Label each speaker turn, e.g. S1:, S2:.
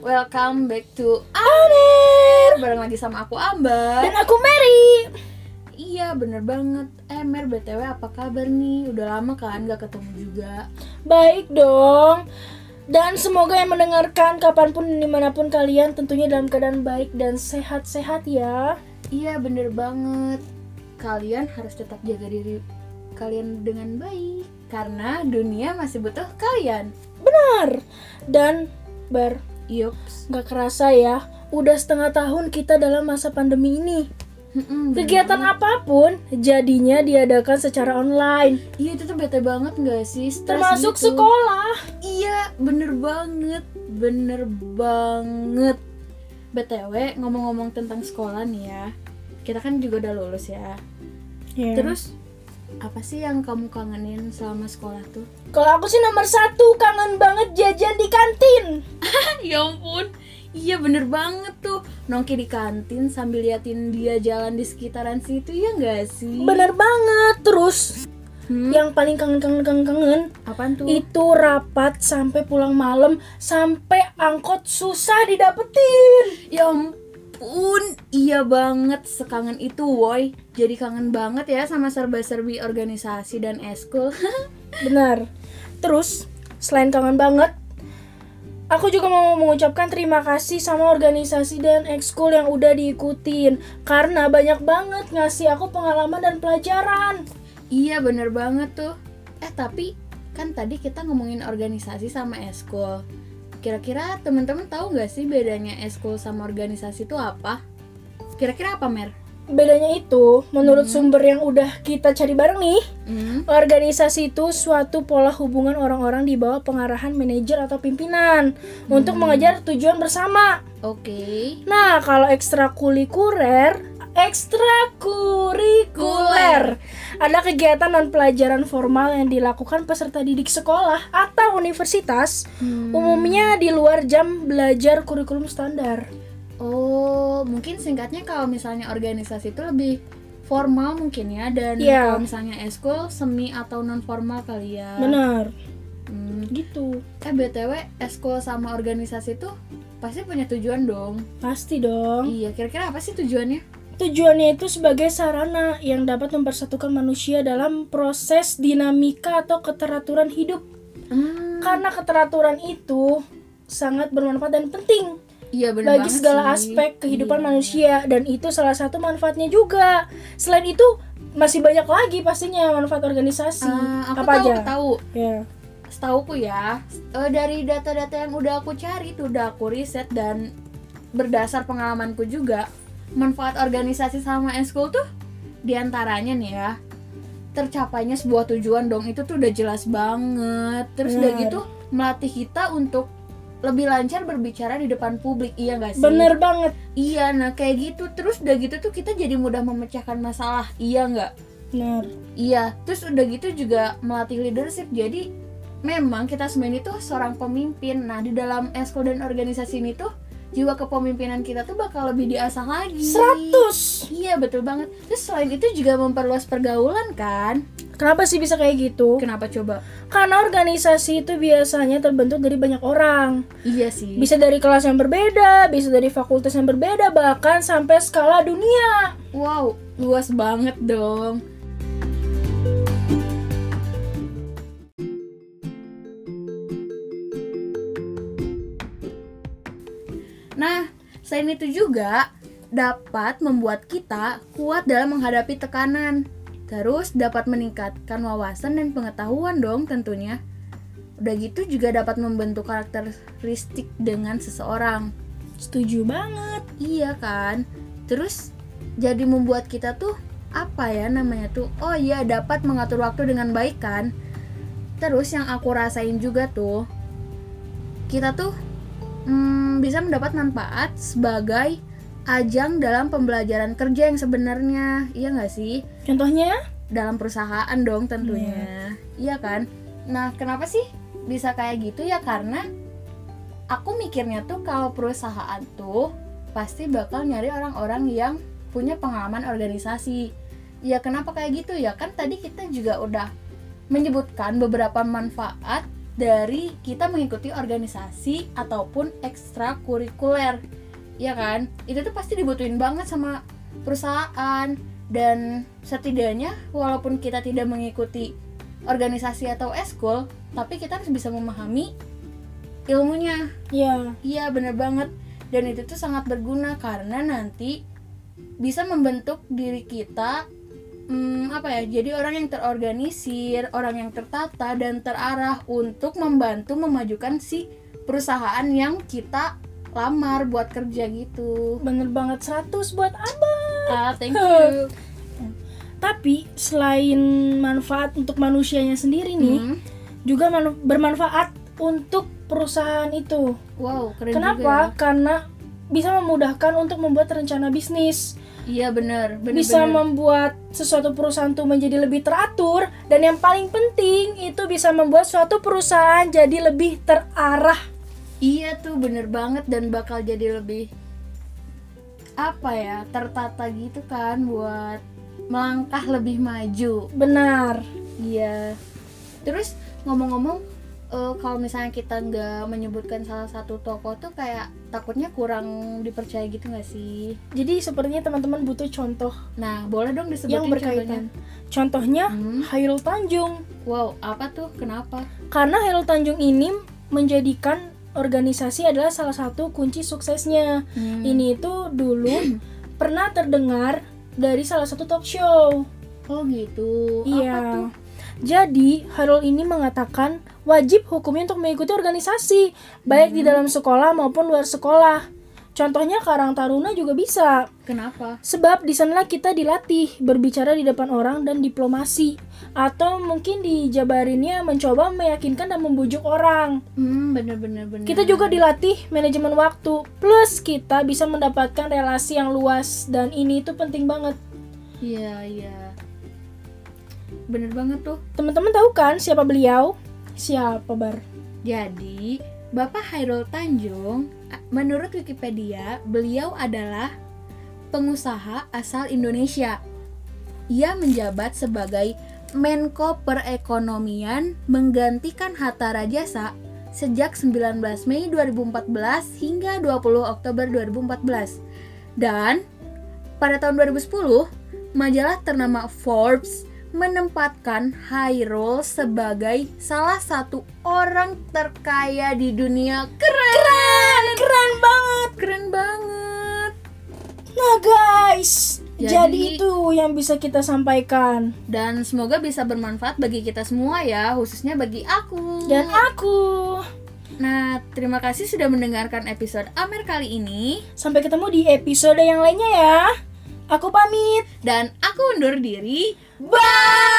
S1: welcome back to Amer Bareng lagi sama aku
S2: Dan
S1: Ambar
S2: aku Mary.
S1: Iya bener banget Eh Mer BTW apa kabar nih? Udah lama kan gak ketemu juga
S2: Baik dong. Dan semoga yang mendengarkan kapanpun dan dimanapun kalian tentunya dalam keadaan baik dan sehat-sehat ya.
S1: Iya bener banget Kalian harus tetap jaga diri kalian dengan baik Karena dunia masih butuh kalian
S2: Benar. Dan bar
S1: Yups
S2: nggak kerasa ya, udah setengah tahun kita dalam masa pandemi ini.
S1: Mm-mm, bener.
S2: Kegiatan apapun jadinya diadakan secara online,
S1: Iya itu tuh bete banget gak sih? Stres
S2: termasuk
S1: gitu.
S2: sekolah.
S1: Iya, bener banget, bener banget. BTW, ngomong-ngomong tentang sekolah nih ya. Kita kan juga udah lulus ya.
S2: Terus
S1: Terus apa sih yang kamu kangenin selama sekolah tuh?
S2: kalau aku sih nomor satu kangen banget jajan di kantin.
S1: ya ampun. Iya bener banget tuh Nongki di kantin sambil liatin dia jalan di sekitaran situ ya gak sih?
S2: Bener banget. Terus
S1: Hmm,
S2: yang paling kangen kangen kangen kangen
S1: apaan tuh?
S2: itu rapat sampai pulang malam sampai angkot susah didapetin
S1: Ya ampun, iya banget sekangen itu woi Jadi kangen banget ya sama serba-serbi organisasi dan eskul
S2: benar terus selain kangen banget aku juga mau mengucapkan terima kasih sama organisasi dan ekskul yang udah diikutin karena banyak banget ngasih aku pengalaman dan pelajaran
S1: Iya bener banget tuh Eh tapi kan tadi kita ngomongin organisasi sama eskul Kira-kira temen-temen tahu nggak sih bedanya eskul sama organisasi itu apa? Kira-kira apa Mer?
S2: bedanya itu menurut sumber yang udah kita cari bareng nih
S1: Hmm?
S2: Organisasi itu suatu pola hubungan orang-orang di bawah pengarahan manajer atau pimpinan untuk mengejar tujuan bersama.
S1: Oke
S2: Nah, kalau ekstrakurikuler, ekstrakurikuler ada kegiatan non pelajaran formal yang dilakukan peserta didik sekolah atau universitas,
S1: Hmm.
S2: umumnya di luar jam belajar kurikulum standar.
S1: Oh mungkin singkatnya kalau misalnya organisasi itu lebih formal mungkin ya Dan
S2: Iya.
S1: kalau misalnya eskul semi atau non formal kali ya
S2: Benar,
S1: Hmm.
S2: gitu.
S1: Eh BTW eskul sama organisasi itu pasti punya tujuan dong
S2: Pasti dong.
S1: Iya kira-kira apa sih tujuannya?
S2: Tujuannya itu sebagai sarana yang dapat mempersatukan manusia dalam proses dinamika atau keteraturan hidup.
S1: Hmm,
S2: Karena keteraturan itu sangat bermanfaat dan penting
S1: Iya bener
S2: bagi
S1: banget
S2: segala
S1: sih.
S2: aspek kehidupan
S1: Iya.
S2: manusia dan itu salah satu manfaatnya juga. Selain itu masih banyak lagi pastinya manfaat organisasi.
S1: Eh, aku
S2: Apa
S1: tahu,
S2: aja?
S1: aku tahu.
S2: Ya.
S1: Setauku ya, eh, dari data-data yang udah aku cari tuh udah aku riset dan berdasar pengalamanku juga, manfaat organisasi sama eskul tuh diantaranya nih ya tercapainya sebuah tujuan dong itu tuh udah jelas banget. Terus udah
S2: Bener.
S1: gitu melatih kita untuk lebih lancar berbicara di depan publik iya gak sih?
S2: Bener banget.
S1: Iya, nah kayak gitu terus udah gitu tuh kita jadi mudah memecahkan masalah iya nggak?
S2: Bener.
S1: Iya, terus udah gitu juga melatih leadership. Jadi memang kita semua ini tuh seorang pemimpin. Nah, di dalam eskul dan organisasi ini tuh jiwa kepemimpinan kita tuh bakal lebih diasah lagi.
S2: 100.
S1: Iya, betul banget. Terus selain itu juga memperluas pergaulan kan?
S2: Kenapa sih bisa kayak gitu?
S1: Kenapa coba?
S2: Karena organisasi itu biasanya terbentuk dari banyak orang.
S1: Iya sih.
S2: Bisa dari kelas yang berbeda, bisa dari fakultas yang berbeda, bahkan sampai skala dunia.
S1: Wow, luas banget dong. Nah, selain itu juga dapat membuat kita kuat dalam menghadapi tekanan. Terus dapat meningkatkan wawasan dan pengetahuan dong tentunya. Udah gitu juga dapat membentuk karakteristik dengan seseorang.
S2: Setuju banget.
S1: Iya kan? Terus jadi membuat kita tuh apa ya namanya tuh? Oh iya dapat mengatur waktu dengan baik kan? Terus yang aku rasain juga tuh kita tuh mm, bisa mendapat manfaat sebagai ajang dalam pembelajaran kerja yang sebenarnya. Iya nggak sih?
S2: Contohnya?
S1: dalam perusahaan dong tentunya iya kan nah kenapa sih bisa kayak gitu ya karena aku mikirnya tuh kalau perusahaan tuh pasti bakal nyari orang-orang yang punya pengalaman organisasi ya kenapa kayak gitu ya kan tadi kita juga udah menyebutkan beberapa manfaat dari kita mengikuti organisasi ataupun ekstrakurikuler ya kan itu tuh pasti dibutuhin banget sama perusahaan dan setidaknya walaupun kita tidak mengikuti organisasi atau eskul tapi kita harus bisa memahami ilmunya
S2: Iya,
S1: Iya bener banget Dan itu tuh sangat berguna karena nanti bisa membentuk diri kita hmm, apa ya jadi orang yang terorganisir, orang yang tertata dan terarah untuk membantu memajukan si perusahaan yang kita lamar buat kerja gitu.
S2: bener banget 100 buat abang.
S1: Ah, thank you.
S2: Tapi selain manfaat untuk manusianya sendiri nih,
S1: Hmm.
S2: juga manu- bermanfaat untuk perusahaan itu.
S1: Wow, keren
S2: Kenapa?
S1: juga. ya.
S2: Karena bisa memudahkan untuk membuat rencana bisnis,
S1: Iya bener, bener
S2: bisa
S1: bener.
S2: membuat sesuatu perusahaan itu menjadi lebih teratur, dan yang paling penting itu bisa membuat suatu perusahaan jadi lebih terarah.
S1: Iya tuh bener banget dan bakal jadi lebih apa ya tertata gitu kan buat melangkah lebih maju.
S2: Benar.
S1: Iya. Terus ngomong-ngomong eh, kalau misalnya kita nggak menyebutkan salah satu tokoh tuh kayak takutnya kurang dipercaya gitu nggak sih?
S2: Jadi sepertinya teman-teman butuh contoh
S1: Nah boleh dong disebutin
S2: yang berkaitan. Ah. Contohnya
S1: Hmm.
S2: Hairul Tanjung.
S1: contohnya. Wow apa tuh? Kenapa?
S2: Karena Hairul Tanjung ini menjadikan organisasi adalah salah satu kunci suksesnya.
S1: Hmm.
S2: Ini itu dulu pernah terdengar dari salah satu talk show.
S1: Oh gitu. Apa tuh?
S2: Iya. Jadi, Hairul ini mengatakan wajib hukumnya untuk mengikuti organisasi, baik di dalam sekolah maupun luar sekolah. Contohnya Karang Taruna juga bisa.
S1: Kenapa?
S2: Sebab di sanalah kita dilatih berbicara di depan orang dan diplomasi atau mungkin dijabarinnya mencoba meyakinkan dan membujuk orang.
S1: Hmm bener-bener bener.
S2: Kita juga dilatih manajemen waktu. Plus kita bisa mendapatkan relasi yang luas dan ini itu penting banget.
S1: Iya iya. Bener banget tuh.
S2: Teman-teman tahu kan siapa beliau? Siapa Bar?
S1: Jadi, Bapak Hairul Tanjung, a- menurut Wikipedia, beliau adalah pengusaha asal Indonesia. Ia menjabat sebagai Menko Perekonomian menggantikan Hatta Rajasa sejak 19 Mei 2014 hingga 20 Oktober 2014. Dan pada tahun 2010, majalah ternama Forbes menempatkan Hairul sebagai salah satu orang terkaya di dunia. Keren! Keren, banget! Keren banget!
S2: Nah, guys.
S1: Jadi-
S2: jadi itu yang bisa kita sampaikan.
S1: Dan semoga bisa bermanfaat bagi kita semua ya, khususnya bagi aku.
S2: Dan aku
S1: Nah, terima kasih sudah mendengarkan episode Amer kali ini.
S2: sampai ketemu di episode yang lainnya ya. Aku pamit.
S1: Dan aku undur diri.
S2: Bye.